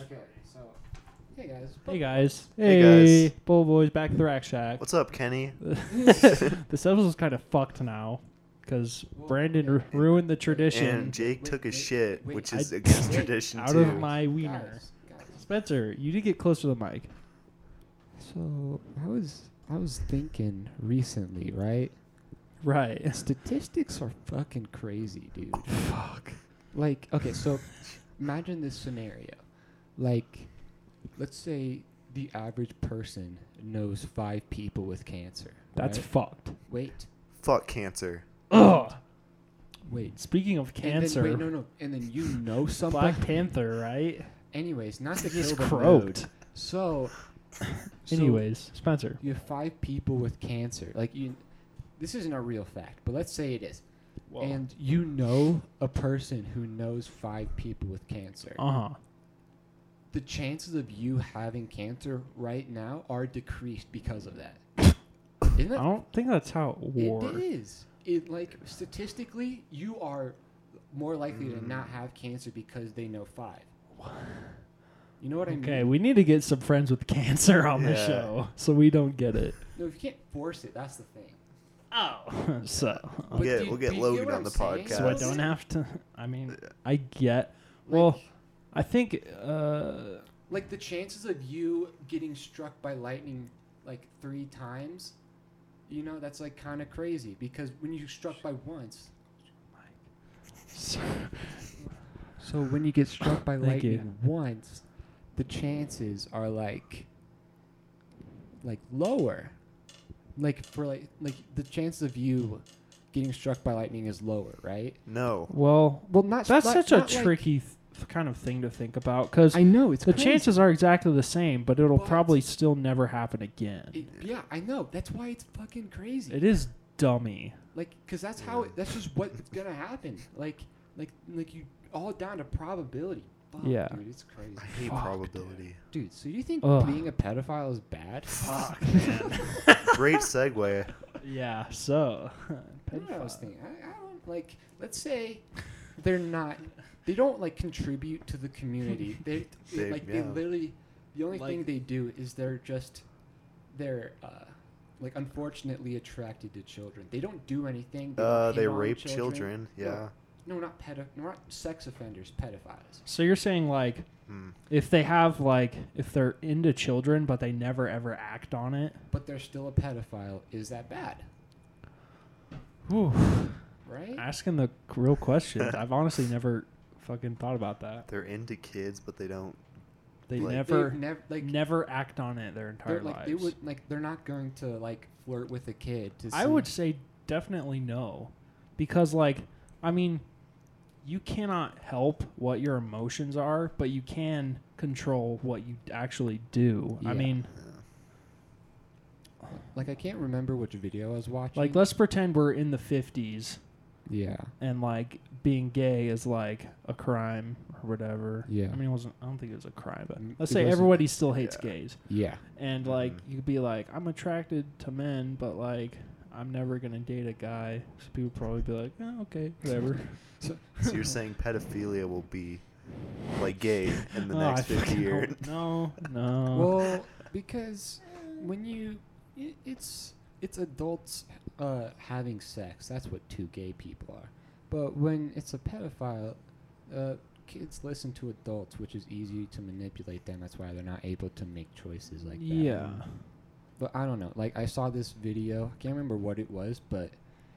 Okay, so hey guys. Hey guys. Hey, guys. Bull boys back at the rack shack. What's up, Kenny? the schedule's kind of fucked now because Well, Brandon yeah. ru- ruined the tradition And Jake Wait, took his wait, shit, wait, which I- is against wait, tradition out too. of my wiener. Guys, guys. Spencer, you did get close to the mic. So I was I was thinking recently, right? Right. Statistics are fucking crazy, dude. Fuck. Like, okay, so imagine this scenario. Like, let's say the average person knows five people with cancer. That's right? fucked. wait, Fuck cancer. Ugh. wait. Speaking of And then- cancer, wait, no, no. And then you know something. Black Panther, right? Anyways, not to He kill just the mood. croaked. So, so Anyways, Spencer. you have five people with cancer. Like you, this isn't a real fact, but let's say it is. And you know a person who knows five people with cancer. uh huh. the chances of you having cancer right now are decreased because of that. Isn't I that don't think that's how it it works. is. It like statistically, you are more likely to not Mm. have cancer because they know five. You know what I Okay, mean? we need to get some friends with cancer on the Yeah. show so we don't get it. No, if you can't force it, that's the thing. Oh, so We'll But get, do you- we'll do you get get Logan what on I'm the saying? podcast. so I don't have to. I mean, I get. Well, Like- I think. Uh, Like the chances of you getting struck by lightning like three times, you know, that's like kind of crazy because when you struck by once. so- So when you get struck by Thank you. lightning once, the chances are like like lower. Like for like like the chances of you getting struck by lightning is lower, right? No. well, Well, not that's not- such a not like- tricky th- kind of thing to think about because I know it's the crazy. chances are exactly the same, but it'll But- probably still never happen again. It- yeah, I know. That's why it's fucking crazy. it is dummy. Like, cause that's how. It, that's just what's gonna happen. Like, like, like you all down to probability. Fuck, Yeah. dude, it's crazy. I hate Fuck, probability. Dude, so you think Ugh. being a pedophile is bad? Fuck. man. Great segue. yeah. So. I don't know what I was pedophile. thinking. I, I don't like. Let's say they're not. They don't like contribute to the community. They, They- like they yeah. literally. The only thing Like- they do is they're just, they're uh, like unfortunately attracted to children. They don't do anything. don't Uh, hit they on rape children. Yeah. No, not pedo. no, Not sex offenders. Pedophiles. So you're saying like Hmm. if they have like if they're into children but they never ever act on it. But they're still a pedophile. Is that bad? Whew. Right. Asking the real questions. I've honestly never fucking thought about that. They're into kids, but they don't. They Like- never They've never like. never act on it their they're entire like lives. they would like they're not going to like flirt with a kid to I see- would say definitely no. Because like I mean you cannot help what your emotions are, but you can control what you actually do. I Yeah. mean, like I can't remember which video I was watching. like let's pretend we're in the 50s yeah, and like being gay is like a crime or whatever. Yeah. I mean, it wasn't. I don't think it was a crime, but Mm, let's it say wasn't. everybody still hates Yeah. gays, yeah, and like Mhm. you could be like, I'm attracted to men, but like I'm never gonna date a guy. So people probably be like, "Eh, okay, whatever. So you're saying pedophilia will be like gay in the Oh, I next 50 fucking years? hope- No, no. well, because when you, i it's it's adults uh, having sex. That's what two gay people are. But when it's a pedophile, uh, kids listen to adults, which is easy to manipulate them. That's why they're not able to make choices like that. yeah. But I don't know. Like I saw this video. I can't remember what it was, but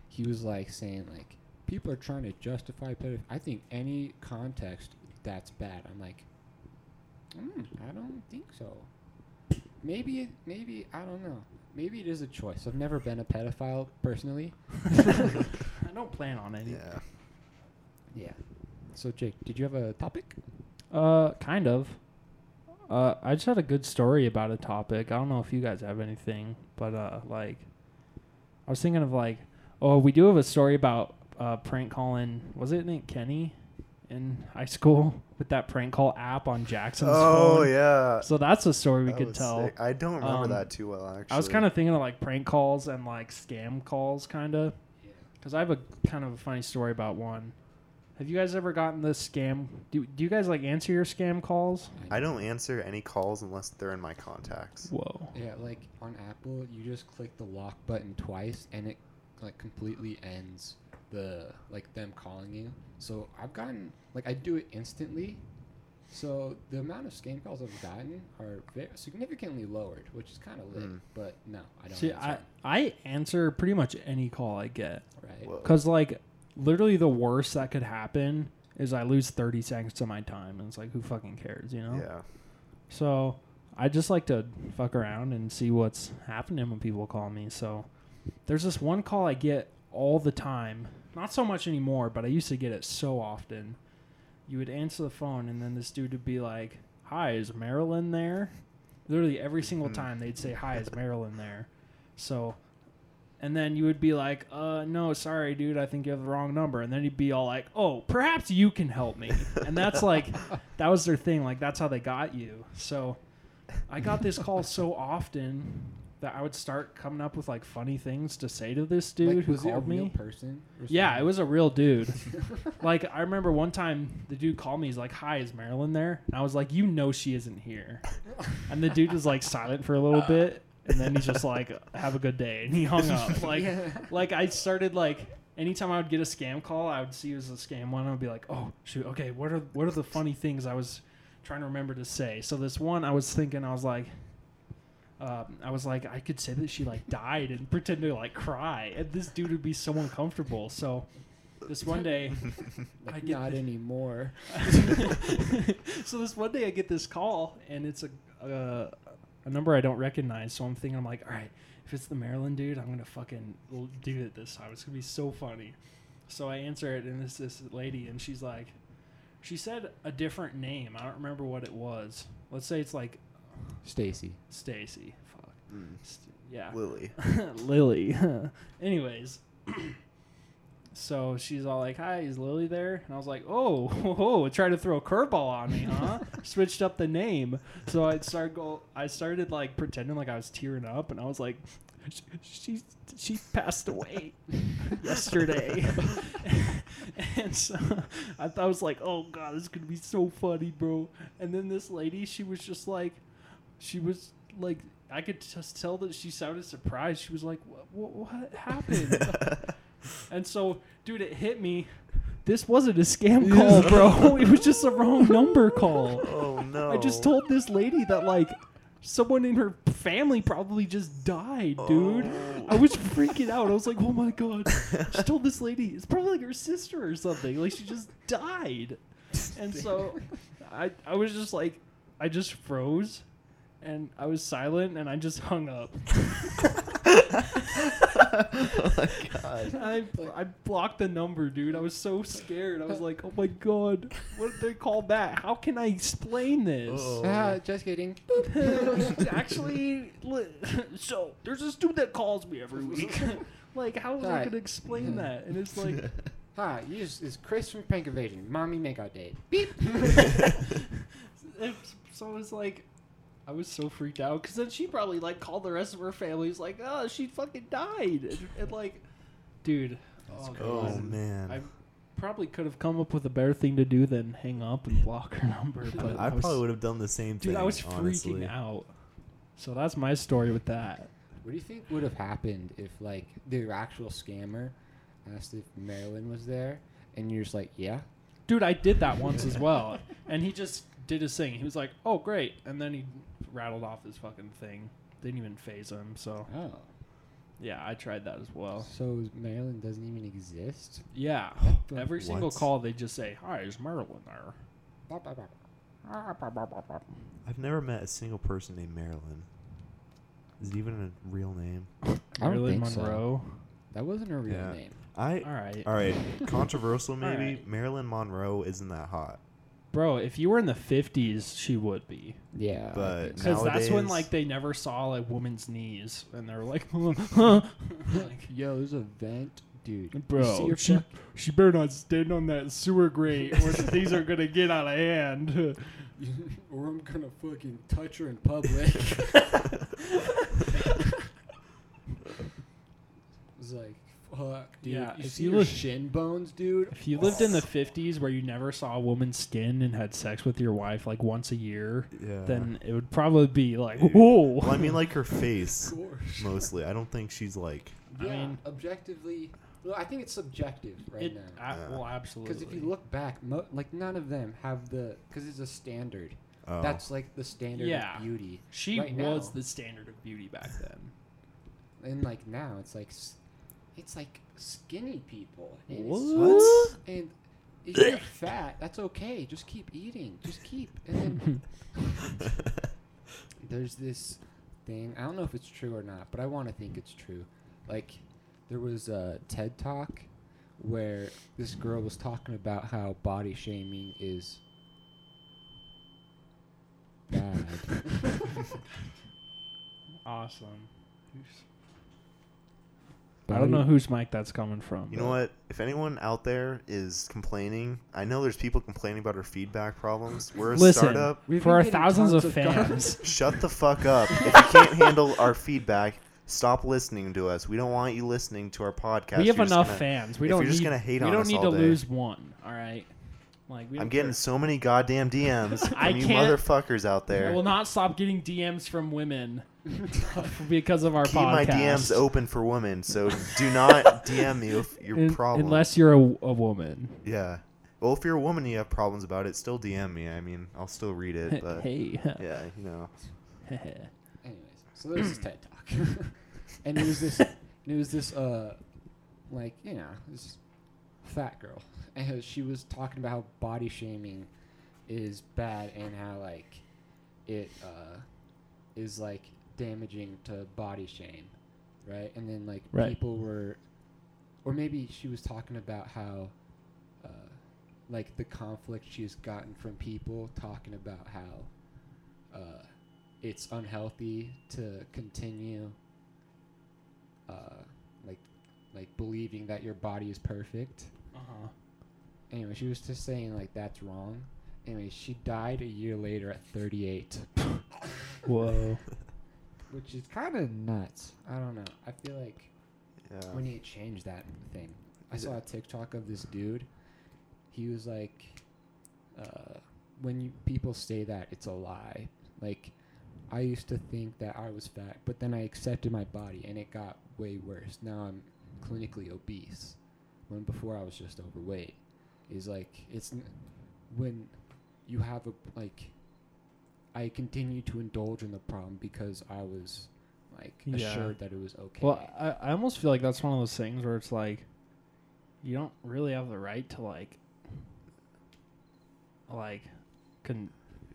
he was like saying like people are trying to justify pedophilia. I think any context that's bad. I'm like, mm, I don't think so. Maybe it- maybe I don't know. Maybe it is a choice. I've never been a pedophile personally. I don't plan on any. Yeah. Oh, Yeah. So Jake, did you have a topic? Uh, kind of. Uh, I just had a good story about a topic. I don't know if you guys have anything, but uh, like, I was thinking of like, oh, we do have a story about uh, prank calling. Was it Nick Kenny in high school with that prank call app on Jackson's Oh, phone? yeah. So that's a story we That could was tell. sick. I don't remember Um, that too well, actually. I was kind of thinking of like prank calls and like scam calls, kind of. Yeah. Because I have a kind of a funny story about one. Have you guys ever gotten this scam? Do, do you guys like answer your scam calls? I don't answer any calls unless they're in my contacts. Whoa. Yeah, like on Apple, you just click the lock button twice, and it like completely ends the like them calling you. So I've gotten like I do it instantly. So the amount of scam calls I've gotten are very significantly lowered, which is kind of lit. Mm. But no, I don't. See, answer I, them, I answer pretty much any call I get. right. Whoa. Because, like, literally the worst that could happen is I lose 30 seconds to my time. And it's like, who fucking cares, you know? Yeah. So I just like to fuck around and see what's happening when people call me. So there's this one call I get all the time. Not so much anymore, but I used to get it so often. You would answer the phone, and then this dude would be like, Hi, is Marilyn there? Literally every single Mhm. time they'd say, Hi, is Marilyn there? So, and then you would be like, Uh, no, sorry, dude, I think you have the wrong number. And then he'd be all like, Oh, perhaps you can help me. And that's like, that was their thing. Like that's how they got you. So I got this call so often that I would start coming up with like funny things to say to this dude Like, who was it a called real me. person? Yeah, it responding? was a real dude. like I remember one time the dude called me. He's like, "Hi, is Marilyn there?" And I was like, "You know she isn't here." And the dude was like silent for a little bit, and then he's just like, "Have a good day," and he hung up. Like, Yeah. like I started like anytime I would get a scam call, I would see it was a scam one. I'd be like, "Oh shoot, okay, what are what are the funny things I was trying to remember to say?" So this one, I was thinking, I was like. Um, I was like, I could say that she like died and pretend to like cry, and this dude would be so uncomfortable. So, this one day, Like, I get not the- anymore. so this one day I get this call and it's a uh, a number I don't recognize. So I'm thinking I'm like, all right, if it's the Maryland dude, I'm gonna fucking l- do it this time. It's gonna be so funny. So I answer it and it's this lady and she's like, she said a different name. I don't remember what it was. Let's say it's like Stacy. Stacy. Fuck. Mm. St- yeah. Lily. Lily. Anyways, so she's all like, "Hi, is Lily there?" And I was like, "Oh, ho, ho, try to throw a curveball on me, huh?" Switched up the name, so I started go. I started like pretending like I was tearing up, and I was like, "She she, she passed away yesterday." and so I, thought- I was like, "Oh god, this is gonna be so funny, bro." And then this lady, she was just like, she was like, I could just tell that she sounded surprised. She was like, "What? What, what happened?" And so, dude, it hit me. This wasn't a scam call, bro. It was just a wrong number call. oh no. I just told this lady that like someone in her family probably just died, dude. Oh. I was freaking out. I was like, "Oh my god!" She told this lady it's probably like her sister or something. Like she just died, and so I I was just like, I just froze, and I was silent, and I just hung up. oh my god. I, I blocked the number, dude. I was so scared. I was like, oh my god, what did they call that? How can I explain this? Uh-oh. Ah, just kidding. Actually, li- so there's this dude that calls me every week. like, how am I Hi. gonna explain that? And it's like, Hi, you is is Chris from Prank Evasion. Mommy make out date. Beep. if- so it's like, I was so freaked out because then she probably like called the rest of her family. It's like, oh, she fucking died, and, and like, dude, That's oh, Oh God. man. I probably could have come up with a better thing to do than hang up and block her number. But I, was, probably would have done the same thing. dude, I was honestly. freaking out. So that's my story with that. What do you think would have happened if like the actual scammer asked if Marilyn was there, and you're just like, yeah, Dude, I did that once as well, and he just did his thing. He was like, "Oh, great," and then he rattled off his fucking thing. Didn't even phase him. So oh, yeah, I tried that as well. so Marilyn doesn't even exist. Yeah, But- every single What? call they just say, "Hi, is Marilyn there?" Bop, bop, bop. Ah, I've never met a single person named Marilyn. Is it even a real name? I don't Marilyn think so. Monroe. That wasn't her real Yeah. name. I All right. all right. Controversial maybe. right. Marilyn Monroe isn't that hot. bro. If you were in the '50s, she would be. Yeah, I But think so. Because that's when Nowadays- like they never saw a woman's knees, and they were like, huh? like yo, there's a vent, dude. You see bro, her she fuck- she better not stand on that sewer grate, or things are gonna get out of hand. or I'm gonna fucking touch her in public. it's like, fuck, dude. Yeah, you if see you your look- shin bones, dude. If you lived in the 50s where you never saw a woman's skin and had sex with your wife like once a year, Yeah. then it would probably be like, Dude. whoa. Uh. Well, I mean, like her Of face course. mostly. I don't think she's like. I Yeah, mean- objectively, well, I think it's subjective right It- now. I- Yeah. well, absolutely. Because if you look back, mo- like none of them have the because it's a standard. Oh. That's like the standard Yeah. of beauty. she right was now- the standard of beauty back then. And like now, it's like s- it's like skinny people. And it's- What? And if you're fat, that's okay. Just keep eating. Just keep. And then there's this thing. I don't know if it's true or not, but I want to think it's true. Like, there was a TED talk where this girl was talking about how body shaming is bad. Awesome. I don't know whose mic that's coming from. You know what? If anyone out there is complaining, I know there's people complaining about our feedback problems. We're a Listen, startup. We've for been our getting thousands tons of of garbage. fans, Shut the fuck up. If you can't handle our feedback, stop listening to us. We don't want you listening to our podcast. we have You're just enough gonna- fans. We if don't you're need. just gonna hate we on don't us need all to day. lose one. All right. Like we I'm don't getting care. so many goddamn DMs I from you can't- motherfuckers out there. I will not stop getting DMs from women because of our Keep podcast. my DMs open for women, so do not DM me if your Un- problem. Unless you're a, a woman. yeah. Well, if you're a woman and you have problems about it, still DM me. I mean, I'll still read it, but hey. uh, uh-huh. yeah, you know. Anyways, so there was this TED talk, and it was this, and it was this, uh, like you know, this fat girl, and she was talking about how body shaming is bad and how like it uh, is like damaging to body shame, right? And then like Right. people were, or maybe she was talking about how. Uh, like the conflict she's gotten from people talking about how uh, it's unhealthy to continue uh, like like believing that your body is perfect Uh-huh. anyway she was just saying like that's wrong anyway she died a year later at 38 Whoa. which is kind of nuts i don't know i feel like Yeah. we need to change that thing i Is it- saw a tiktok of this dude he was like uh, when you, people say that it's a lie like i used to think that i was fat but then i accepted my body and it got way worse now i'm clinically obese when before i was just overweight is like it's n- when you have a like i continue to indulge in the problem because i was like Yeah. assured that it was okay Well, I, I almost feel like that's one of those things where it's like, you don't really have the right to like, like, con-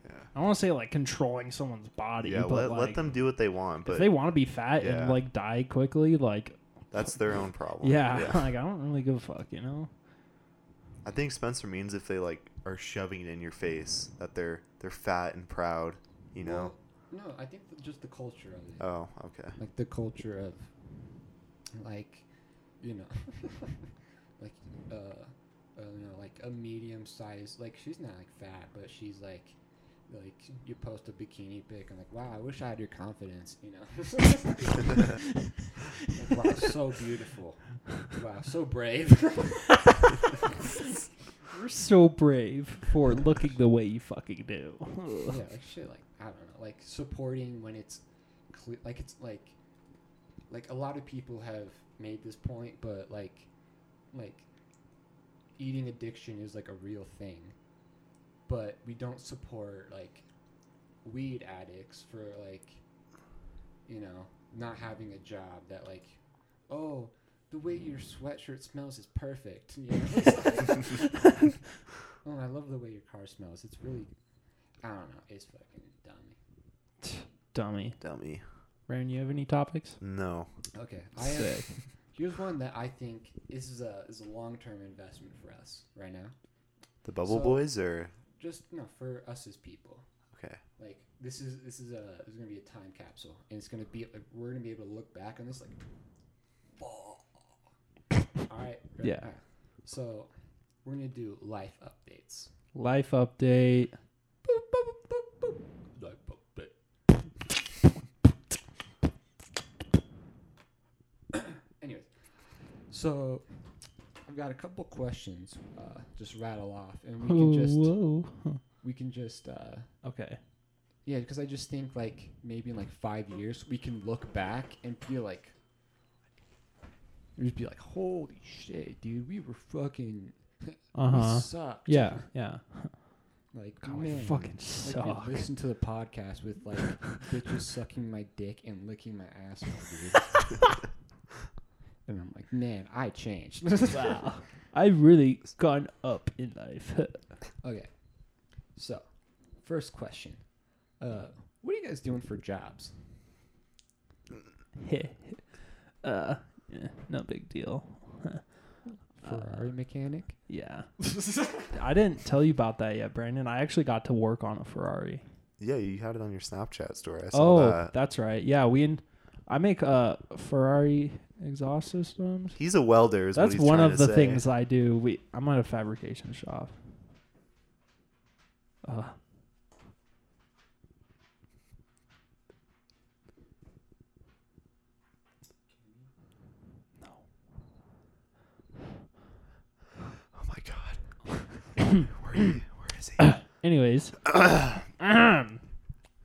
Yeah. I want to say like controlling someone's body. Yeah, but let, like, let them do what they want, If but they want to be fat Yeah. and like die quickly, like that's their own problem. yeah, like I don't really give a fuck, you know. I think Spencer means if they like are shoving it in your face that they're they're fat and proud, you know. Well, no, I think th- just the culture of it. oh, okay. like the culture of, like, you know, like, uh, uh, you know, like a medium size. Like she's not like fat, but she's like, like you post a bikini pic. I'm like, wow, I wish I had your confidence. You know, like, wow, so beautiful. Wow, so brave. You're so brave for looking the way you fucking do. yeah, like shit, like I don't know, like supporting when it's cle like it's like like a lot of people have made this point, but like like eating addiction is like a real thing, but we don't support like weed addicts for like you know not having a job that like oh the way your sweatshirt smells is perfect. You know? It's like, oh, I love the way your car smells. It's really I don't know. It's fucking dummy. Dummy. Dummy. Ryan, you have any topics? No. Okay, I have, here's one that I think this is a is a long term investment for us right now. The Bubble So- Boys or Just no for us as people. okay. Like this is this is a this is gonna be a time capsule, and it's gonna be like, we're gonna be able to look back on this like. All right. Yeah. So, we're gonna do life updates. Life update. Boop, boop, boop, boop, boop. Life update. Anyways, So, I've got a couple questions. Uh, just rattle off, and we can just Whoa. we can just uh, Okay. yeah, because I just think like maybe in like five years we can look back and be like, just be like, holy shit, dude, we were fucking Uh huh. we sucked. Yeah. Yeah. like God, we man, fucking Like, suck. dude, listen to the podcast with like bitches sucking my dick and licking my asshole, dude. and I'm like, man, I changed. wow. I've really gone up in life. Okay. So, first question. Uh, what are you guys doing for jobs? uh, yeah, no big deal. Uh, Ferrari mechanic? Yeah. I didn't tell you about that yet, Brandon. I actually got to work on a Ferrari. Yeah, you had it on your Snapchat story. I saw Oh, that. that's right. Yeah, we in, I make uh Ferrari exhaust systems. He's a welder. Is That's what he's one trying of to the say. things I do. We I'm at a fabrication shop. Uh, Oh my god. where, are you? where is he? anyways,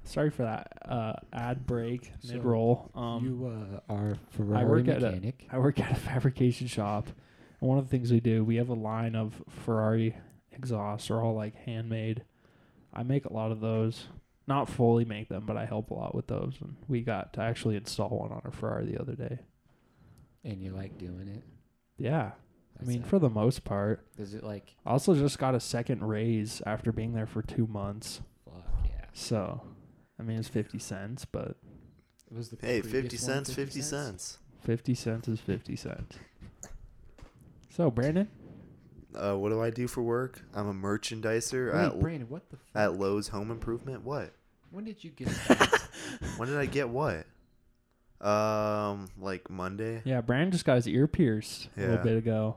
sorry for that uh ad break So, mid roll. Um, you uh, are Ferrari work at a- mechanic. I work at a fabrication shop, and one of the things we do, we have a line of Ferrari exhausts. They're all like handmade. I make a lot of those. Not fully make them, but I help a lot with those. And we got to actually install one on our Ferrari the other day. and you like doing it. Yeah, I That's mean it. for the most part. does it like I also just got a second raise after being there for two months. fuck yeah? So, I mean it's fifty cents, but It was the Hey, previous 50 one, cents, 50 cents. fifty cents is fifty cents. So Brandon, Uh, what do I do for work? I'm a merchandiser Wait, at, Brandon, what the fuck? at Lowe's Home Improvement. What? when did you get that? When did I get what? Um, like Monday. yeah, Brandon just got his ear pierced a Yeah. little bit ago.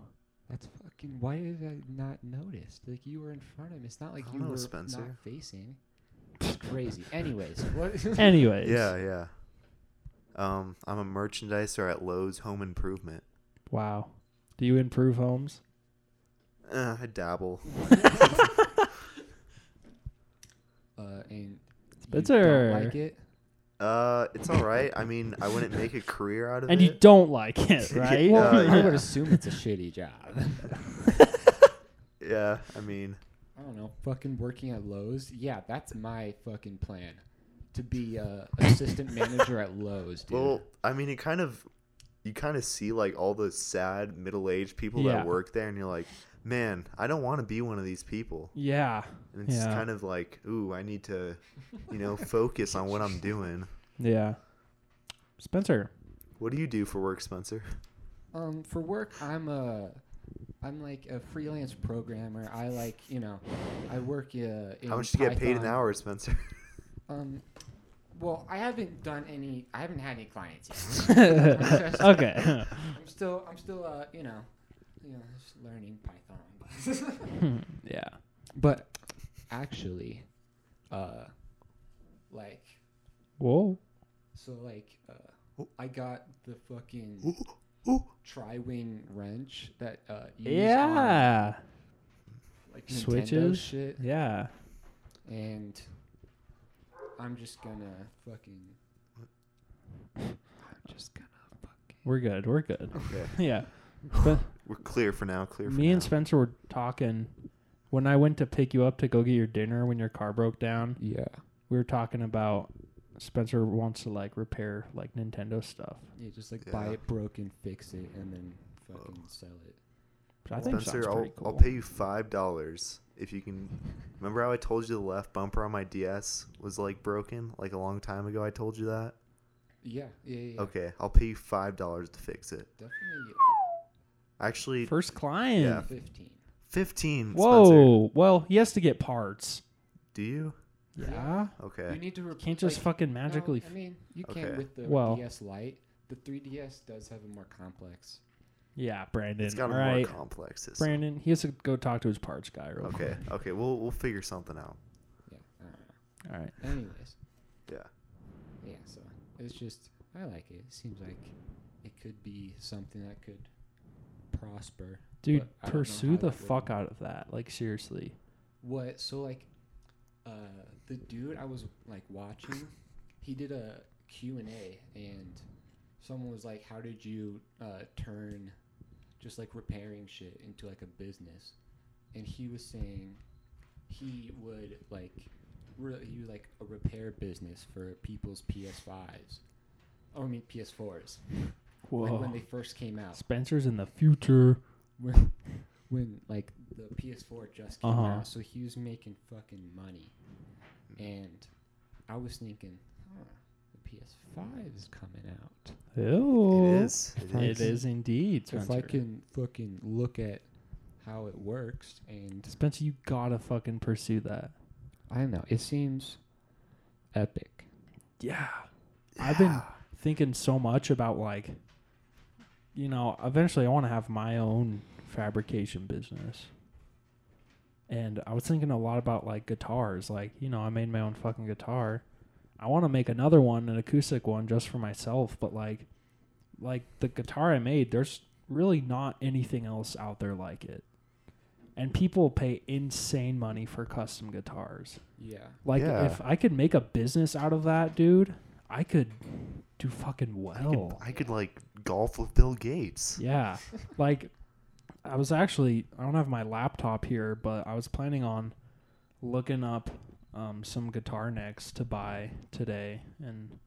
That's fucking. Why did I not notice? Like you were in front of him. It's not like I you don't know, were not Spencer. facing. It's crazy. Anyways, what? Anyways. Yeah, yeah. Um, I'm a merchandiser at Lowe's Home Improvement. Wow. Do you improve homes? Eh, I dabble. uh, and Spencer. you don't like it? Uh, it's all right. I mean, I wouldn't make a career out of And it. you don't like it, right? Well, Uh, I yeah. would assume it's a shitty job. yeah, I mean, I don't know. Fucking working at Lowe's. Yeah, that's my fucking plan. To be uh, assistant manager at Lowe's, dude. well, I mean, it kind of, you kind of see like all the sad middle-aged people Yeah. that work there, and you're like, man, I don't want to be one of these people. yeah. And it's Yeah. kind of like, ooh, I need to, you know, focus on what I'm doing. Yeah. Spencer. What do you do for work, Spencer? Um, for work, I'm a, I'm like a freelance programmer. I like, you know, I work uh, in. How much do you get paid an Python. hour, Spencer? Um, well, I haven't done any. I haven't had any clients yet. okay. I'm still. I'm still. Uh, you know, you know, just learning Python. yeah. but actually, uh, like, Whoa. so like, uh, I got the fucking ooh. tri-wing wrench that uh, you use on, Yeah. like Nintendo Switches? shit. Yeah. and I'm just gonna fucking. I'm just gonna fucking. We're good. We're good. Okay. Yeah. But We're clear for now. Clear for me now. and Spencer were talking when I went to pick you up to go get your dinner when your car broke down. Yeah. We were talking about Spencer wants to like repair like Nintendo stuff. Yeah, just like buy Yeah. it broken, fix it, and then fucking sell it. Which I think Spencer, sounds I'll, pretty cool. I'll pay you five dollars if you can. Remember how I told you the left bumper on my DS was like broken, like a long time ago. I told you that. Yeah, yeah, yeah. yeah. Okay, I'll pay you five dollars to fix it. Definitely Actually, First client. Yeah. fifteen. fifteen. Whoa. Spencer. Well, he has to get parts. Do you? Yeah. You Okay. need to replace. Can't just fucking magically. I mean, you Okay. can with the Well- DS Lite. The 3DS does have a more complex. yeah, Brandon. It's All got a more right. complex system. Brandon, he has to go talk to his parts guy real quick. Okay. Okay. We'll we'll figure something out. Yeah. I don't All right. know. Anyways, Yeah. yeah. So it's just I like it. It seems like it could be something that could prosper. Dude, but I don't know pursue how the that would fuck work. out of that. Like seriously. What? So like, uh, the dude I was like watching, he did a Q and A, and someone was like, "How did you uh, turn, just like repairing shit into like a business?" And he was saying, he would like, re- he was like a repair business for people's PS5s, or I mean PS4s, like when Whoa. they first came out. Spencer's in the future. when when like the PS4 just came Uh-huh. out, so he was making fucking money, and I was thinking, huh, the PS5 is coming out. Ew. It is. It It is. is indeed, If I Spencer. can fucking look at how it works, and Spencer, you gotta fucking pursue that. I don't know, it seems epic. Yeah. I've been thinking so much about like you know, eventually I want to have my own fabrication business. And I was thinking a lot about like guitars, like, you know, I made my own fucking guitar. I want to make another one, an acoustic one just for myself, but like like the guitar I made, there's really not anything else out there like it. And people pay insane money for custom guitars. Yeah, Like Yeah. if I could make a business out of that, dude, I could do fucking well. I could like golf with Bill Gates. Yeah. like I was actually I don't have my laptop here, but I was planning on looking up um, some guitar necks to buy today and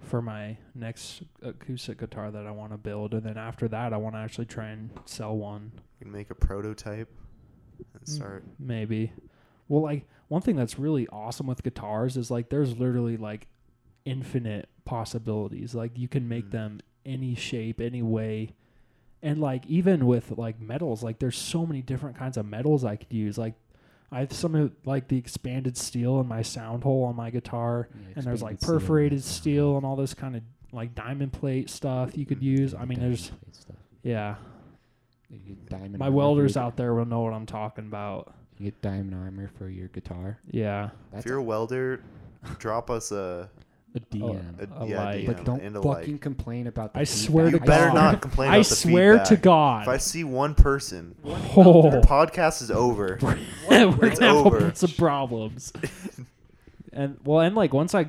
for my next acoustic guitar that I want to build and then after that I want to actually try and sell one You can make a prototype and Mm. start. Maybe. Well, like one thing that's really awesome with guitars is like there's literally like infinite possibilities. Like you can make Mm. them any shape, any way. And like even with like metals, like there's so many different kinds of metals I could use. Like I have some of like the expanded steel in my sound hole on my guitar Yeah, and there's expanded like steel. perforated steel and all this kind of like diamond plate stuff you could Mm. use. I mean Diamond there's plate stuff. yeah. You get diamond My armor for welders your- out there will know what I'm talking about. You get diamond armor for your guitar. Yeah. That's if you're a welder, drop us a. Oh, a DM. a A yeah, light. DM But don't and a fucking like. complain about the I feedback. swear to You better God. not complain. I About the swear to feedback. God. If I see one person, oh, our podcast is over. we're gonna It's have over. a- some problems. and well, and like once I,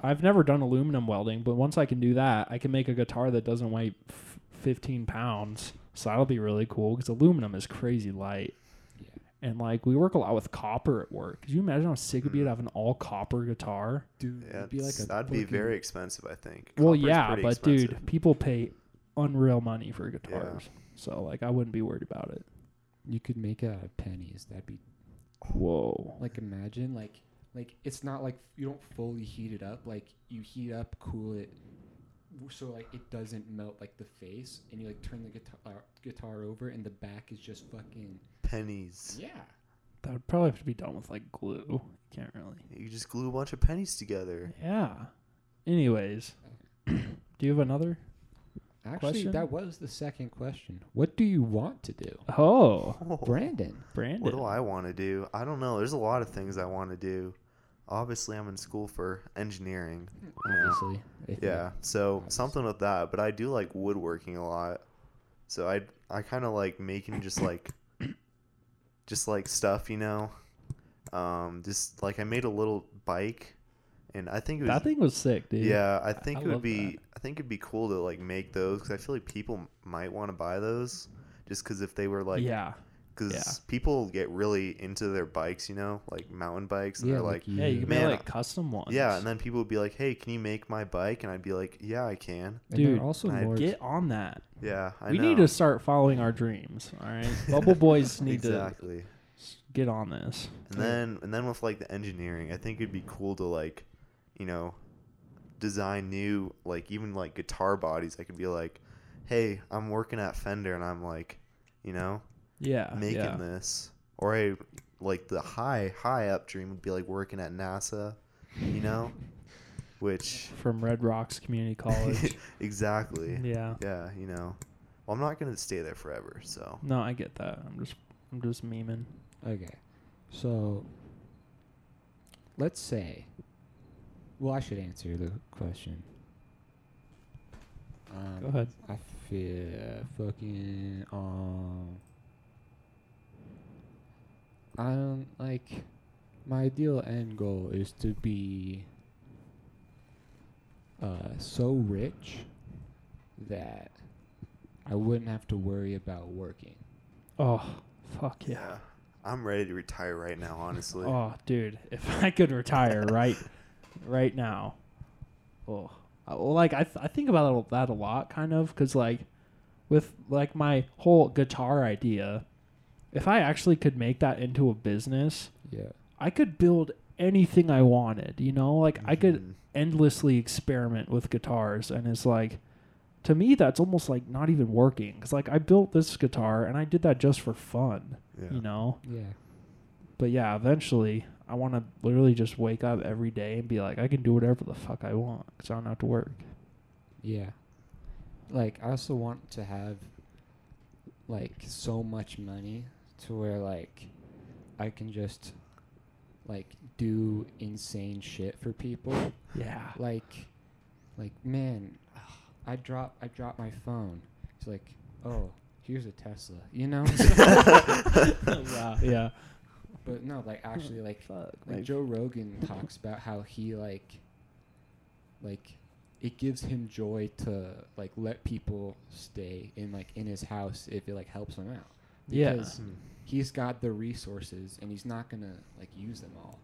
I've never done aluminum welding, but once I can do that, I can make a guitar that doesn't weigh f- fifteen pounds. So that'll be really cool because aluminum is crazy light. Yeah. And like we work a lot with copper at work. Could you imagine how sick it'd be to Hmm. have an all copper guitar? Dude, Yeah, it'd be like a that'd be fucking- very expensive, I think. well, Copper's yeah, pretty but expensive. dude, people pay unreal money for guitars. So like I wouldn't be worried about it. You could make it out of pennies. That'd be Whoa. like imagine like like it's not like you don't fully heat it up. Like you heat up, cool it, w- so like it doesn't melt like the face, and you like turn the guitar uh, guitar over, and the back is just fucking pennies. yeah. That would probably have to be done with like glue. Can't really. You just glue a bunch of pennies together. Yeah. Anyways, do you have another? Actually, Question? that was the second question. What do you want to do, Oh, Oh, Brandon? Brandon. what do I want to do? I don't know. There's a lot of things I want to do. Obviously, I'm in school for engineering. you know. Obviously, if you- Yeah, so Nice. something with that. But I do like woodworking a lot. So I I kind of like making just like just like stuff, you know. Um, just like I made a little bike, and I think it was that thing was sick, dude. yeah. I think I it would love be I think it'd be cool to like make those because I feel like people m- might want to buy those just because if they were like yeah. because yeah. people get really into their bikes, you know, like mountain bikes, and yeah, they're like. Yeah, you can Man, make like custom ones. yeah, and then people would be like, "Hey, can you make my bike?" And I'd be like, "Yeah, I can." and they're dude, also I more get on that. Yeah, I we know. need to start following our dreams. All right, Bubble Boys need exactly. to s- get on this. And then and then with like the engineering, I think it'd be cool to like, you know, design new like even like guitar bodies. I could be like, hey, I'm working at Fender and I'm like, you know, Yeah. making Uh, yeah. this. Or I like the high high up dream would be like working at NASA, you know, which From Red Rocks Community College. exactly. yeah. Yeah, you know. Well, I'm not gonna stay there forever, so No, I get that. I'm just, I'm just memeing. Okay. So let's say well I should answer the question. Um, Go ahead. I feel fucking um. I don't like. My ideal end goal is to be. Uh, so rich, that, I wouldn't have to worry about working. Oh, fuck yeah. I'm ready to retire right now, honestly. Oh, dude, if I could retire right, right now, oh, I- well, like I, th- I think about that a lot, kind of, because like, with like my whole guitar idea, if I actually could make that into a business, Yeah. I could build anything I wanted. You know, like I could Mhm. endlessly experiment with guitars, and it's like, to me, that's almost like not even working, because like I built this guitar and I did that just for fun. Yeah. You know Yeah. but yeah, eventually I want to literally just wake up every day and be like, I can do whatever the fuck I want because I don't have to work. Yeah. Like I also want to have like so much money to where like I can just like do insane shit for people. Yeah. like like man, I drop I drop my phone. It's like, "Oh, here's a Tesla." You know? yeah. Yeah. but no, like actually like Fuck. like Joe Rogan talks about how he like like it gives him joy to like let people stay in like in his house if it like helps him out. Yeah. Because he's got the resources and he's not gonna like use them all.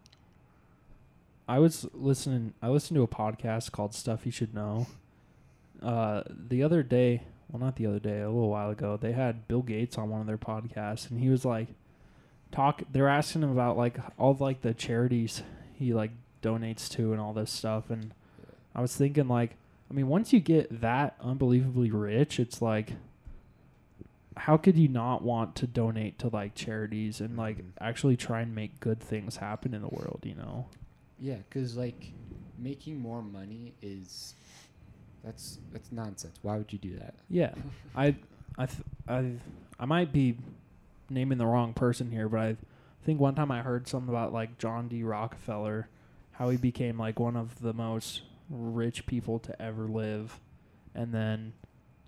I was listening. I listened to a podcast called "Stuff You Should Know." Uh, the other day, well, not the other day, a little while ago, they had Bill Gates on one of their podcasts, and he was like, "Talk." They're asking him about like all of, like the charities he like donates to and all this stuff, and I was thinking like, I mean, once you get that unbelievably rich, it's like. How could you not want to donate to like charities and like Mhm. actually try and make good things happen in the world, you know? Yeah, because like making more money is that's that's nonsense. Why would you do that? Yeah, I, I, th- I, I might be naming the wrong person here, but I think one time I heard something about like John D. Rockefeller, how he became like one of the most rich people to ever live, and then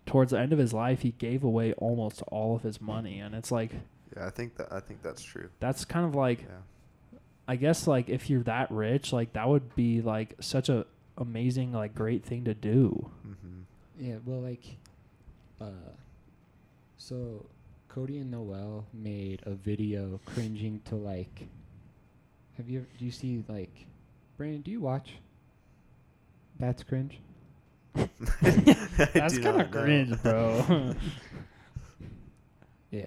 towards the end of his life, he gave away almost all of his money, and it's like Yeah, I think that I think that's true. that's kind of like Yeah. I guess like if you're that rich, like that would be like such a amazing like great thing to do. hmm Yeah, well, like, uh, so Cody and Noel made a video cringing to like. Have you ever, do you see like, Brandon? Do you watch? That's cringe. Mm-hmm. That's kind of cringe, bro. Yeah.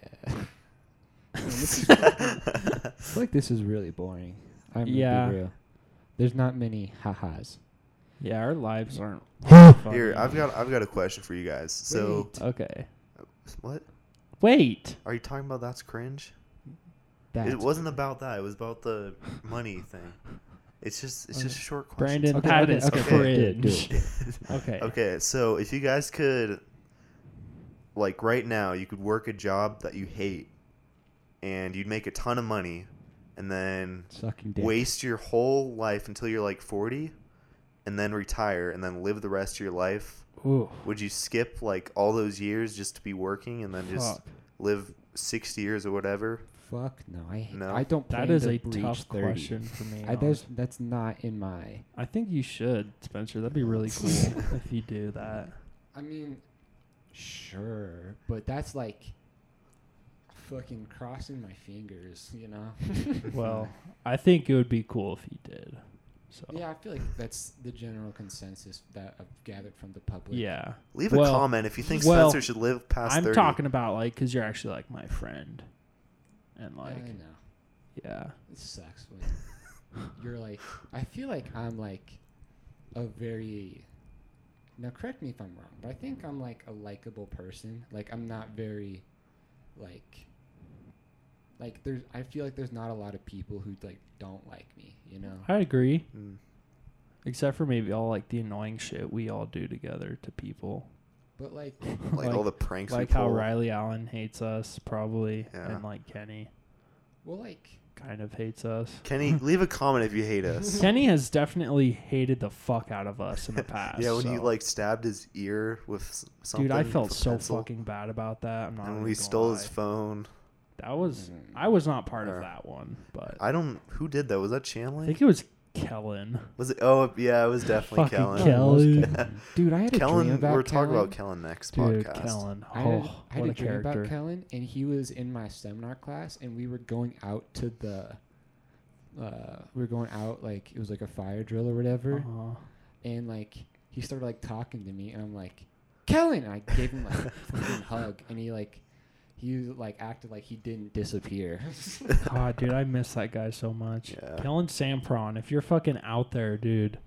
this is, I feel like this is really boring. I'm Yeah. gonna be real. There's not many ha-has. yeah, our lives aren't. Here, funny. I've got I've got a question for you guys. So, uh, Wait, Okay. what Wait. are you talking about? That's cringe. that's it wasn't about that. It was about the money thing. It's just it's just short questions. Brandon Okay, that okay, is okay. Do it, cringe. do okay. Okay, so if you guys could, like right now, you could work a job that you hate, and you'd make a ton of money, and then sucking dick. waste your whole life until you're like 40, and then retire, and then live the rest of your life. Ooh. Would you skip like all those years just to be working, and then just Fuck. live 60 years or whatever? Fuck no, I hate, No. I don't. That plan is to a breach tough 30. question for me. I, there's, honest- that's not in my. I think you should, Spencer. That'd be really cool if you do that. I mean, sure, but that's like fucking crossing my fingers, you know? Well, I think it would be cool if you did. So. yeah, I feel like that's the general consensus that I've gathered from the public. Yeah. Leave Well- a comment if you think well, Spencer should live past I'm 30. talking about like because you're actually like my friend, and I like know. yeah. It sucks when you're like, I feel like I'm like a very. Now, correct me if I'm wrong, but I think I'm like a likable person. Like, I'm not very, like. Like there's, I feel like there's not a lot of people who like don't like me, you know. I agree. Mm. Except for maybe all like the annoying shit we all do together to people. But like, Like, all the pranks. we like how pull. Riley Allen hates us probably, Yeah. and like Kenny. well, like, kind of hates us. Kenny, leave a comment if you hate us. Kenny has definitely hated the fuck out of us in the past. yeah, when so. you like stabbed his ear with s- something. dude, I felt with a so pencil, fucking bad about that. I'm not. And even when he gonna stole his lie. phone. That was Mm. I was not part Or- of that one, but I don't. Who did that? Was that Chamley? I think it was Kellen. Was it? Oh, yeah, it was definitely Fucking Kellen. Kel- Kellen. Dude, I had a Kellen. dream about we're talking about Kellen. Kellen next Dude, podcast. Kellen. I had, Oh, I had what a a dream about character. Kellen, and he was in my seminar class, and we were going out to the, uh, we were going out like it was like a fire drill or whatever, Uh-huh. and like he started like talking to me, and I'm like, Kellen, and I gave him like a fucking hug, and he like, he like acted like he didn't disappear. God, Oh, dude, I miss that guy so much. Yeah. Kellen Sampron, if you're fucking out there, dude,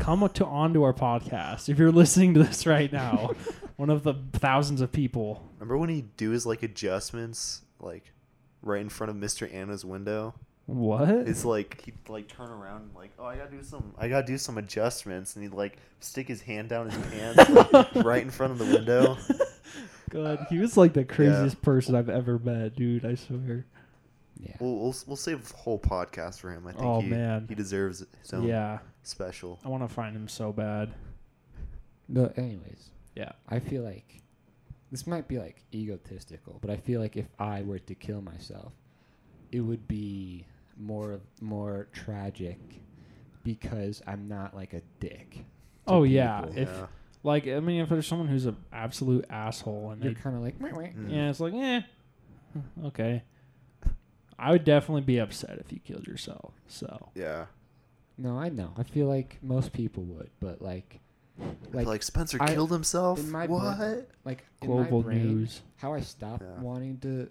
come up to onto our podcast. If you're listening to this right now, one of the thousands of people. Remember when he'd do his like adjustments like right in front of Mr. Anna's window? What? It's like he'd like turn around and like, oh I gotta do some I gotta do some adjustments and he'd like stick his hand down his pants like, right in front of the window. God, he was like the craziest person I've ever met, dude. I swear. yeah. We'll we'll, we'll save a whole podcast for him. I think Oh, he, man. he deserves his own Yeah, special. I want to find him so bad. No, anyways. Yeah. I feel like this might be like egotistical, but I feel like if I were to kill myself, it would be more more tragic because I'm not like a dick. to Oh yeah, people. if Yeah. like I mean, if there's someone who's an absolute asshole and You're they kind of like, "Meh, meh." Mm. Yeah, it's like, eh, okay. I would definitely be upset if you killed yourself. So Yeah. no, I know. I feel like most people would, but like, Like, like, Spencer I- killed himself? in my what? brain- like in my global brain, news. how I stop Yeah. wanting to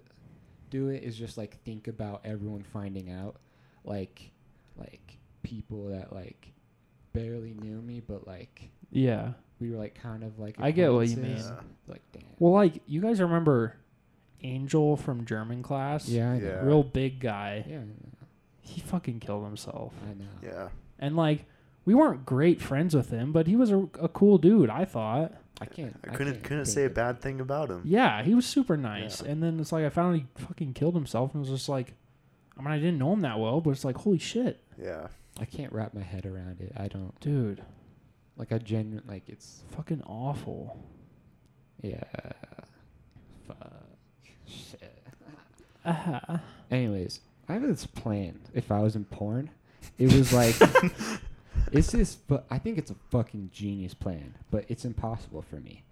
do it is just like think about everyone finding out, like, like people that like barely knew me, but like Yeah. we were like kind of like. I get what you acquaintances. mean. Like damn. Well, like you guys remember Angel from German class? yeah, I Yeah. know. Real big guy. Yeah, He fucking killed himself. I know. Yeah. And like we weren't great friends with him, but he was a, a cool dude. I thought. I can't. I couldn't can't couldn't think say a of- bad thing about him. Yeah, he was super nice. Yeah. And then it's like I found he fucking killed himself, and was just like, I mean, I didn't know him that well, but it's like, holy shit, Yeah. I can't wrap my head around it. I don't dude, like. I genuinely like. It's fucking awful. yeah. Fuck. Shit. Uh-huh. Anyways, I have this plan. If I was in porn, it was like it's this. But I think it's a fucking genius plan, but it's impossible for me.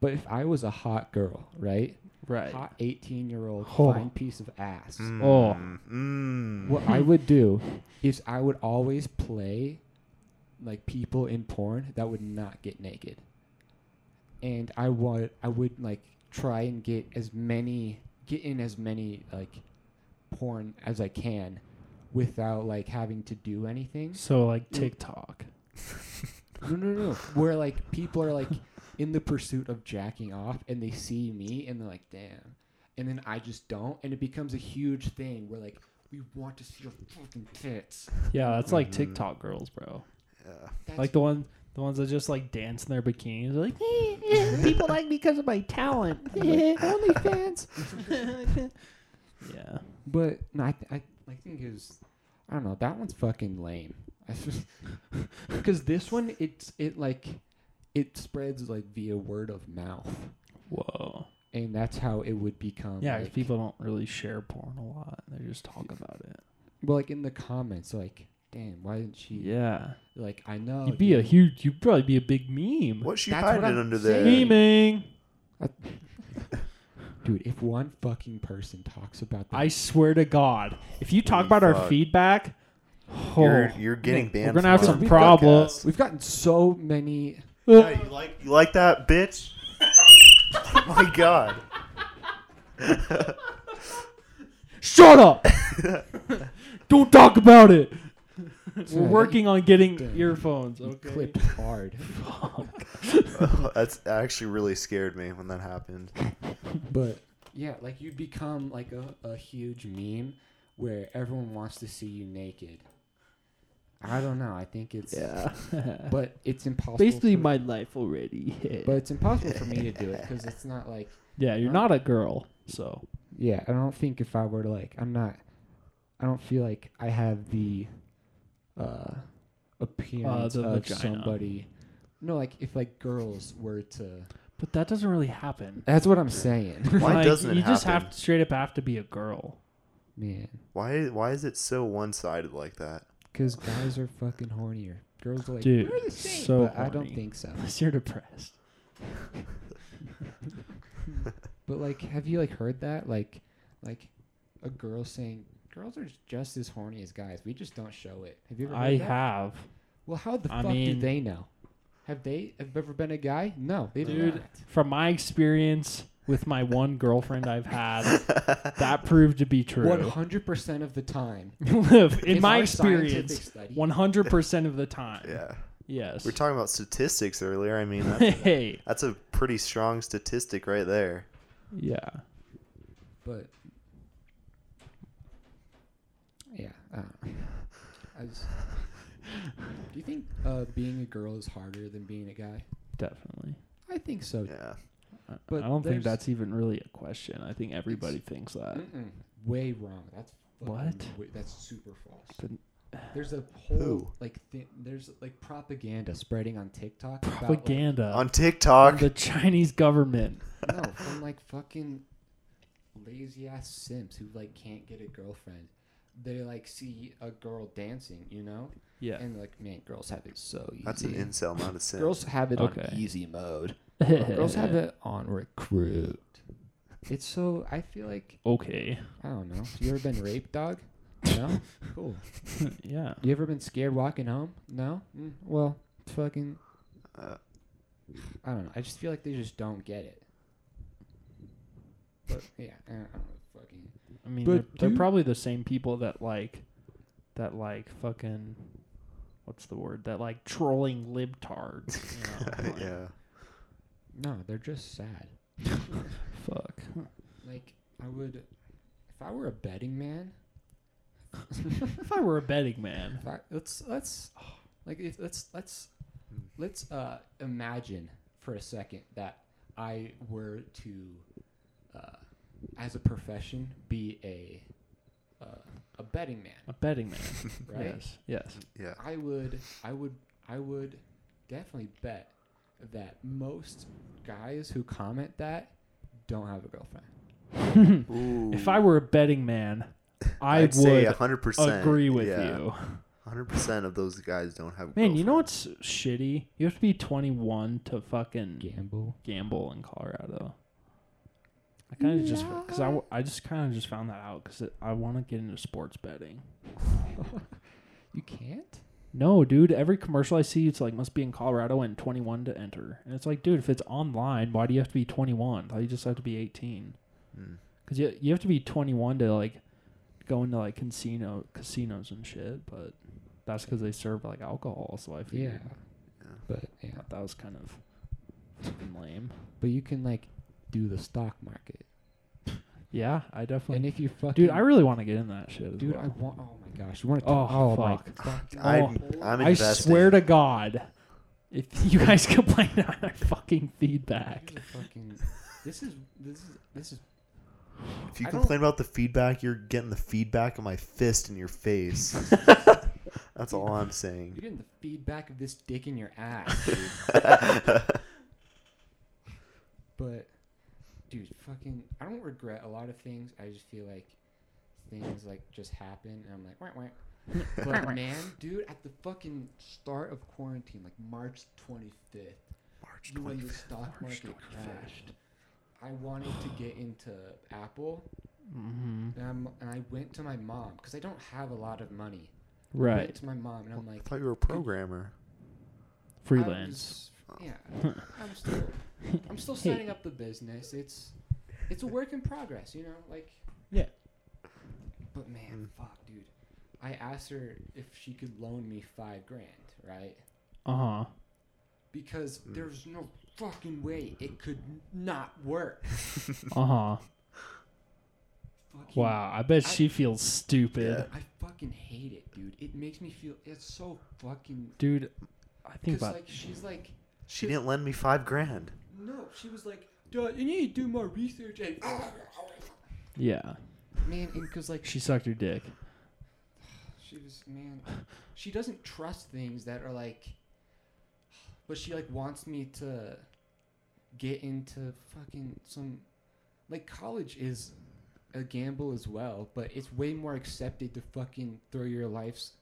But if I was a hot girl, right, Right. hot eighteen-year-old Oh. fine piece of ass, Oh. Mm. what I would do is I would always play like people in porn that would not get naked, and I would I would like try and get as many get in as many like porn as I can without like having to do anything. So like TikTok. No, no, no. Where like people are like in the pursuit of jacking off, and they see me, and they're like, "Damn," and then I just don't, and it becomes a huge thing where like we want to see your fucking tits. Yeah, that's like Mhm. TikTok girls, bro. Yeah. That's Like the one, the ones that just like dance in their bikinis. They're like "Eh, eh, people like me because of my talent. Eh, "Ah." OnlyFans. yeah. But no, I, th- I, I think it was, I don't know. That one's fucking lame. Because this one, it's it like, it spreads like via word of mouth, Whoa. and that's how it would become. Yeah, 'cause like, people don't really share porn a lot. They just talk about it. Well, like in the comments, like, damn, why didn't she? Yeah. Like, I know. You'd be a dude." huge. You'd probably be a big meme. What she That's what hiding I'm under saying. there? Memeing. dude. If one fucking person talks about that, I swear to God, if you talk Holy about our fuck. feedback, oh, You're, you're getting we're banned. gonna from have our some podcast. problems. we've gotten so many. Uh, Yeah, you like you like that, bitch? oh my god. Shut up! Don't talk about it. We're Yeah, working on getting Damn. earphones. Okay. clipped hard. That's that actually really scared me when that happened. But yeah, like you become like a, a huge meme where everyone wants to see you naked. I don't know. I think it's Yeah. but it's impossible. Basically, for- my life already. but it's impossible for me to do it because it's not like yeah, you're not a girl, so yeah. I don't think if I were to like, I'm not. I don't feel like I have the uh, appearance the of vagina. somebody. No, like if like girls were to. But that doesn't really happen. That's what I'm saying, Why Like, doesn't it you just have happen? to straight up have to be a girl? man. Why why is it so one sided like that? Because guys are fucking hornier. Girls are like, Dude, "We're the same," so but I don't horny. think so. Unless you're depressed. But like, have you like heard that? Like, like a girl saying girls are just as horny as guys. We just don't show it. Have you ever? Heard I that? have. Well, how the I fuck mean- do they know? Have they have ever been a guy? No, they've Dude. not. From my experience with my one girlfriend I've had, that proved to be One true. hundred percent of the time, Liv, in It's my our scientific experience, study. 100% of the time. yeah. Yes. We are talking about statistics earlier. I mean, that's, hey. that's a pretty strong statistic right there. Yeah. but yeah, I don't know. I just, do you think uh, being a girl is harder than being a guy? Definitely. I think so. Yeah. I- But I don't think there's- that's even really a question. I think everybody thinks that. Mm-mm. Way wrong. That's fucking What? wa- that's super false. Then- There's a whole Who? like thi- there's like propaganda spreading on TikTok. about, like- Propaganda. from On TikTok, the Chinese government. no, from like fucking lazy ass simps who like can't get a girlfriend. They like see a girl dancing, you know, Yeah. and like man, girls have it so easy. that's an incel, not a sin. Girls have it Okay. on easy mode. girls have it on recruit. It's so I feel like Okay. I don't know. You ever been raped, dog? No. Cool. yeah. You ever been scared walking home? No. Mm, well, fucking. Uh. I don't know. I just feel like they just don't get it. But yeah, I don't, I don't know. Fucking. I mean, But they're, they're do- probably the same people that like, that like fucking, what's the word? That like trolling libtards. You know? like, yeah. No, they're just sad. Fuck. Like I would, if I were a betting man. If I were a betting man, if I, let's let's like if, let's let's Mm. let's uh imagine for a second that I were to, uh, as a profession, be a uh, a betting man. a betting man. Right. Yes. Yes. Yeah. I would, I would, I would definitely bet that most guys who comment that don't have a girlfriend. Ooh. If I were a betting man, I I'd would say 100%. agree with yeah. Oh, you. 100% of those guys don't have Man, you know what's shitty? You have to be 21 to fucking Gamble. gamble in Colorado. I kind of just because I, w- I just kind of just found that out because I want to get into sports betting. you can't. No, dude. Every commercial I see, it's like must be in Colorado and 21 to enter. And it's like, dude, if it's online, why do you have to be 21? Why you just have to be 18? Mm. Because you you have to be 21 to like go into like casino casinos and shit. But that's because they serve like alcohol. So I Yeah. figured But yeah, yeah. that was kind of fucking lame. but you can like do the stock market, Yeah, I definitely. and if you fucking Dude, I really want to get in that shit. As dude, well. I want. Oh my gosh, you want to? Oh, oh fuck. my Oh, fucking- I'm, I'm I investing. swear to God, if you guys complain on our fucking feedback, Here's a fucking. This is this is this is If you I don't- complain about the feedback, you're getting the feedback of my fist in your face. That's all I'm you're saying. getting the feedback of this dick in your ass, dude. But dude, fucking I don't regret a lot of things. I just feel like things like just happen and I'm like wah, wah. But man, dude, at the fucking start of quarantine, like March twenty fifth, March you when the 25th. stock March market 25th. crashed. I wanted to get into Apple, mm-hmm. and, I'm, Um, and I went to my mom because I don't have a lot of money. I went right? to my mom, and I'm I like, thought you were a programmer. Freelance. I was- yeah, I'm still, I'm still Hey. setting up the business. It's, it's a work in progress, you know. Like, Yeah. But man, fuck, dude. I asked her if she could loan me five grand, right? Uh huh. Because there's no fucking way it could not work. Uh huh. Fucking, Wow. I bet I- she feels stupid, I fucking hate it, dude. It makes me feel it's so fucking. dude. I think Because about. like she's like, She didn't lend me five grand. no, she was like, dude, you need to do more research and. yeah, Man, because like she sucked her dick. She was man. She doesn't trust things that are like. But she like wants me to get into fucking some, like college is a gamble as well, but it's way more accepted to fucking throw your lives,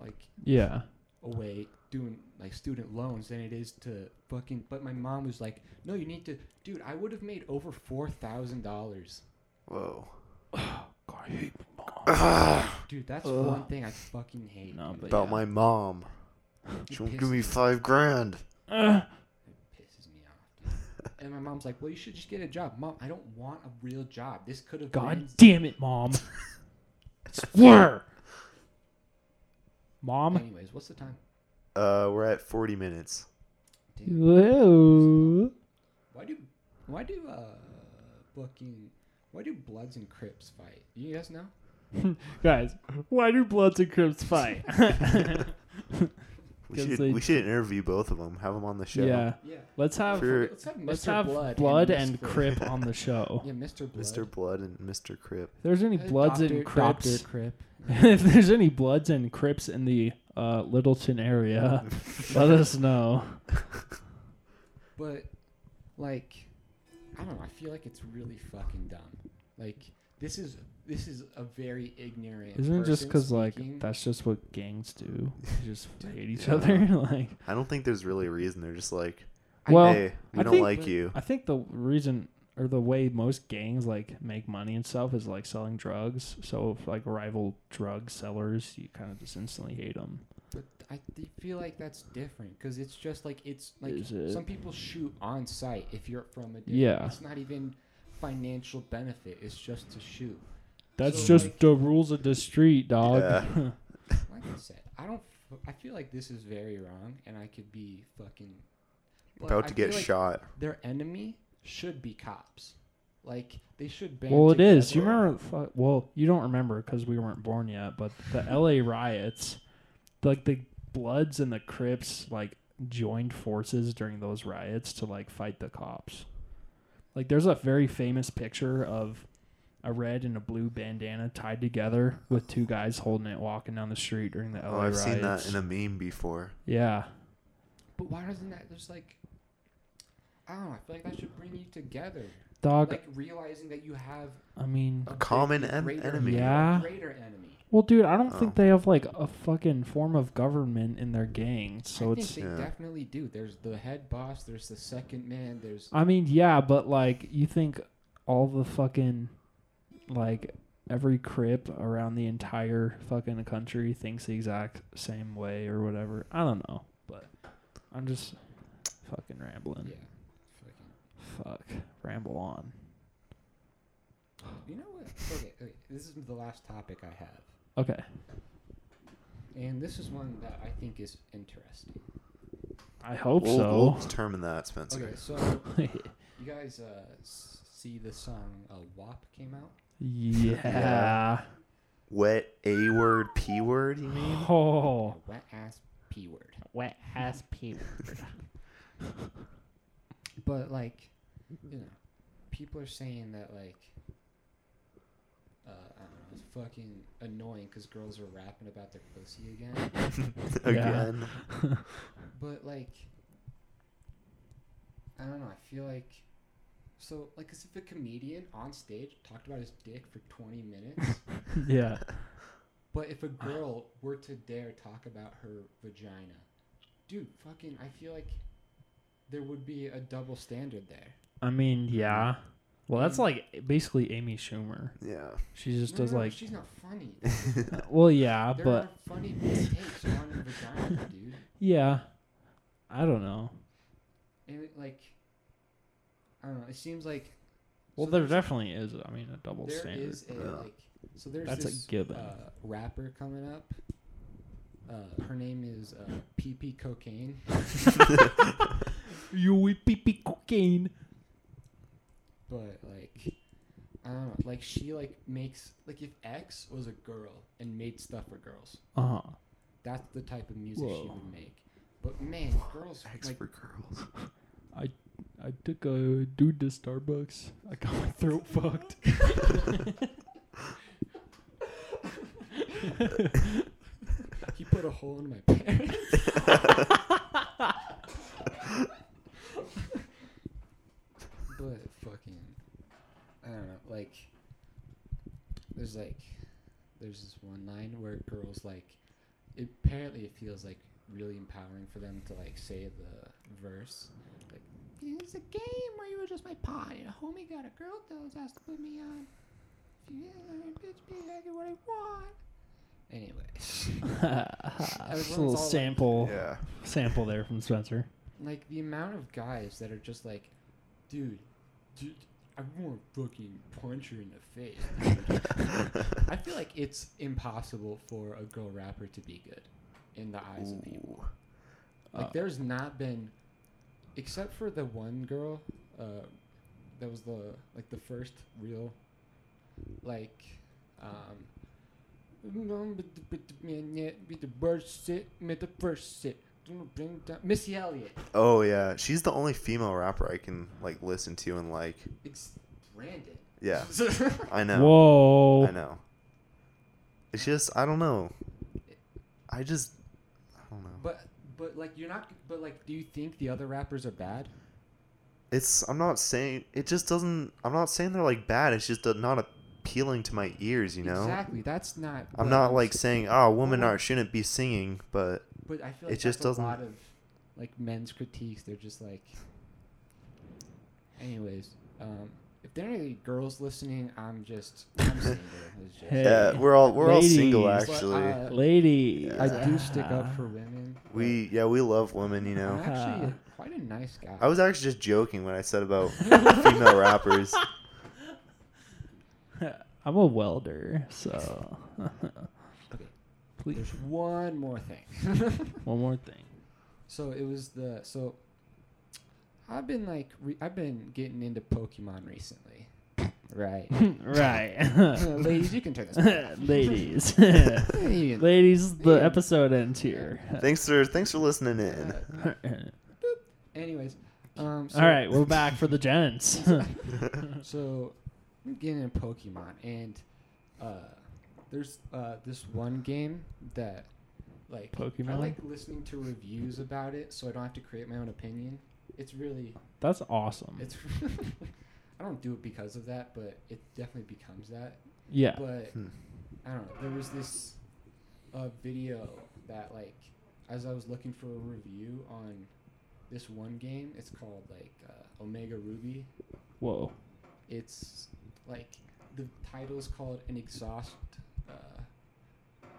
like Yeah. away doing like student loans than it is to fucking. But my mom was like, "No, you need to, dude. I would have made over four thousand dollars, Whoa. God, I hate my mom. dude. That's Ugh. one thing I fucking hate. No, but About yeah. my mom. It She won't pisses give me five grand. Ugh. pisses me off. dude. and my mom's like, "Well, you should just get a job, mom. I don't want a real job. This could have God been damn it, mom. Swear. Mom. Anyways, what's the time? Uh, we're at 40 minutes. Damn. Whoa. Why do why do uh fucking why do Bloods and Crips fight? You guys know? Guys, why do Bloods and Crips fight? We 'Cause should they- we should interview both of them. Have them on the show. yeah. Yeah. Let's have For- Let's have Mr. let's have Blood, Blood, Miss and, Crip on the show. Yeah, Mr. Blood. Mr. Blood and Mr. Crip. If there's any Uh, Bloods Dr. and Crips, Dr. Crip. if there's any Bloods and Crips in the uh, Littleton area, let us know. But like I don't know, I feel like it's really fucking dumb. Like this is this is a very ignorant Isn't it just person because like speaking. that's just what gangs do? They just hate each Yeah. other. like I don't think there's really a reason. They're just like, I- Well, hey, we I don't think- like you. I think the reason or the way most gangs like make money and stuff is like selling drugs. So if, like rival drug sellers, you kind of just instantly hate them. But I th- feel like that's different because it's just like it's like Is it? some people shoot on site if you're from a different. Yeah. It's not even financial benefit. It's just to shoot. That's So, just like- the rules of the street, dog. Yeah. Like I said, I don't. f- I feel like this is very wrong, and I could be fucking but About I to get feel like shot. Their enemy should be cops. Like they should ban. well, it is. You together. remember? fu- Well, you don't remember because we weren't born yet. But the L.A. riots, like the Bloods and the Crips, like joined forces during those riots to like fight the cops. Like, there's a very famous picture of a red and a blue bandana tied together with two guys holding it walking down the street during the L.A. Oh, I've riots. seen that in a meme before. yeah, But why doesn't that just like? I don't know. I feel like that should bring you together. dog. Like uh, realizing that you have I mean, a, big- common en- greater, enemy. Yeah. greater enemy. well, dude, I don't Oh. think they have like a fucking form of government in their gang. So I it's think they Yeah. definitely do. There's the head boss. There's the second man. There's I mean, yeah, but like you think all the fucking like every crip around the entire fucking country thinks the exact same way or whatever. I don't know, but I'm just fucking yeah. rambling. Fucking- Fuck, ramble on. You know what? Okay, okay, this is the last topic I have, Okay, and this is one that I think is interesting. I hope We'll, we'll so. determine that, Spencer. Okay, so you guys uh, s- see the song uh, "WAP" came out. yeah. Wet A word, P word, you mean? Oh, Wet ass p word. wet ass people. But like, you know, people are saying that like, uh, I don't know, it's fucking annoying because girls are rapping about their pussy again. Again. But like, I don't know. I feel like so like as if a comedian on stage talked about his dick for twenty minutes, yeah. but if a girl were to dare talk about her vagina, dude, fucking, I feel like there would be a double standard there. I mean, yeah. Well, that's Mm. like basically Amy Schumer. Yeah. She just No, does no, no, like she's not funny. Well, yeah, There but are funny takes on your vagina, dude. yeah, I don't know. And it, like, I don't know. It seems like Well, so there there's- definitely is. I mean, a double There standard. is a Yeah. like so there's That's a this given. Uh, rapper coming up. Uh, her name is uh, PP Cocaine. You will pee pee cocaine. but like I don't know, like she like makes like if X was a girl and made stuff for girls, Uh huh. that's the type of music she Whoa. would make. But man, girls X like for girls. I took a dude to Starbucks. I got my throat fucked. He put a hole in my pants. but fucking, I don't know. Like, there's like, there's this one line where girls like, it, apparently it feels like really empowering for them to like say the verse. Like, it's a game where you were just my pawn and a homie got a girl that asked to put me on. If you didn't, bitch, me, I get what I want. Anyway. a Everyone's all little like- sample, yeah. sample there from Spencer. like the amount of guys that are just like, dude, dude I want to fucking punch her in the face. dude." I feel like it's impossible for a girl rapper to be good in the eyes of people. Ooh. Like Uh, there's not been, except for the one girl, uh, that was the like the first real, like, um. With the first sit, with the first sit. Missy Elliott. Oh yeah, she's the only female rapper I can like listen to and like. It's branded. Yeah, I I know. Whoa. I know. It's just I don't know. I just I don't know. But but like you're not but like do you think the other rappers are bad? It's I'm not saying it just doesn't. I'm not saying they're like bad. It's just not appealing to my ears. You know. Exactly. That's not I'm what not like s- saying oh women Well, are shouldn't be singing, but but I feel it like just that's doesn't- a lot of like men's critiques. They're just like Anyways, um if there are any girls listening, I'm just I'm single. It's just- Hey. yeah, we're all we're all single Ladies. But, actually. uh, Ladies. I do stick up for women. but we yeah we love women. You I'm know. actually a- quite a nice guy. I was actually just joking when I said about female rappers. I'm a welder, so Okay. please. There's one more thing. One more thing. So it was the so. I've been like re- I've been getting into Pokemon recently, right? right. Ladies, you can turn this. off. Ladies. You can- Ladies, the Yeah. episode ends here. Thanks for thanks for listening in. Uh, Anyways, um. So, All right, we're back for the gents. So I'm getting into Pokemon, and uh, there's uh this one game that like I Pokemon? like listening to reviews about it, so I don't have to create my own opinion. It's really That's awesome. it's. I don't do it because of that, but it definitely becomes that. yeah. But Hmm. I don't know. There was this uh, video that like as I was looking for a review on this one game. It's called like uh, Omega Ruby. Whoa. It's like the title is called an exhaust. Uh,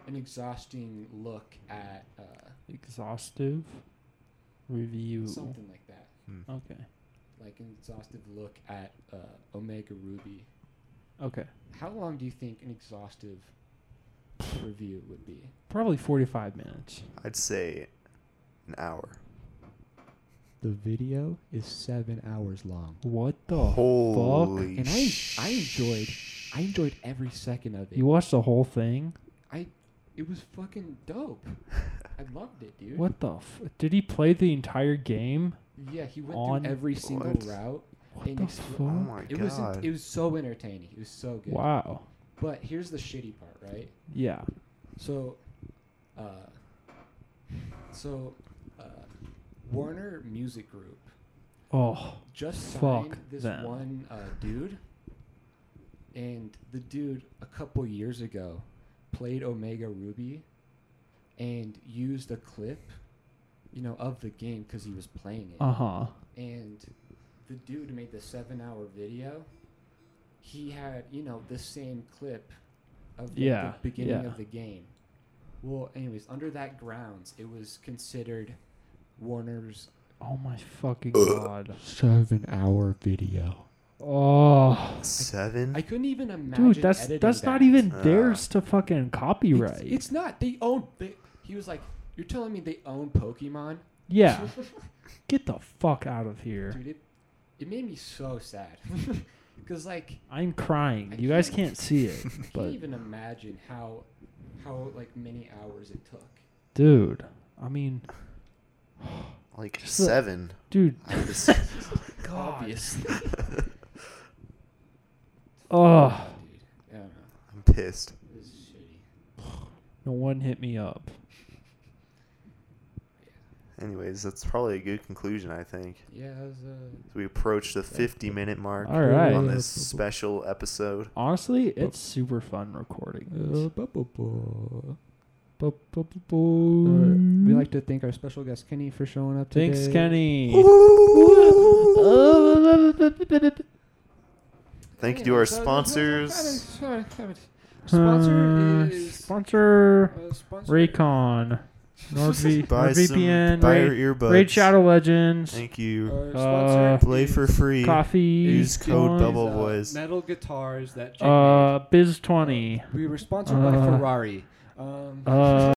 an exhausting look at uh, Exhaustive review. something like that, Hmm, Okay. like an exhaustive look at uh, Omega Ruby. Okay. How long do you think an exhaustive review would be? Probably 45 minutes. I'd say an hour. The video is seven hours long. What the fuck? Holy And I, I enjoyed, I enjoyed every second of it. You watched the whole thing? it was fucking dope. I loved it, dude. What the f- Did he play the entire game? Yeah, he went On- through every single What? route. What And the it's- fuck? Oh my It was god. it was so entertaining. It was so good. wow. But here's the shitty part, right? Yeah. So, uh, so uh, Warner Music Group Oh. just Fuck signed this them. one uh, dude, and the dude a couple years ago played Omega Ruby, and used a clip, you know, of the game because he was playing it, Uh huh. and the dude made the seven-hour video. He had you know the same clip of the, Yeah, the beginning yeah. of the game. Well, anyways, under that grounds, it was considered Warner's Oh my fucking god. seven-hour video. Oh. Seven? I couldn't even imagine. Dude, that's editing that's not that. even Uh, theirs to fucking It's, copyright. it's not. They own. They, he was like, "You're telling me they own Pokemon?" yeah. Get the fuck out of here. Dude, it, it made me so sad. Because like, I'm crying. I you guys can't- can't see it, I can't but even imagine how, how like many hours it took. dude, I mean, like Just the- seven. dude, I just- God. Obviously. oh, Oh, Dude, I don't know. I'm pissed. This is shitty. No one hit me up. Anyways, that's probably a good conclusion, I think. Yeah, that was, uh, We approached the 50 minute mark All right. on this special episode. Honestly, it's super fun recording. uh, This. bu- bu- bu- Uh, we we like to thank our special guest Kenny for showing up today. Thanks, Kenny. Thank you to our sponsors. Sponsor Uh, is sponsor uh, sponsor- Raycon, NordV, Buy some, NordVPN, buy Raid, your earbuds. Raid Shadow Legends, Thank you. Our Uh, sponsor Play is, for free. Coffee, Use code Coin, Bubble uh, Boys. Metal guitars that Jake uh, Biz Twenty, made. We were sponsored by uh, Ferrari. Um, uh.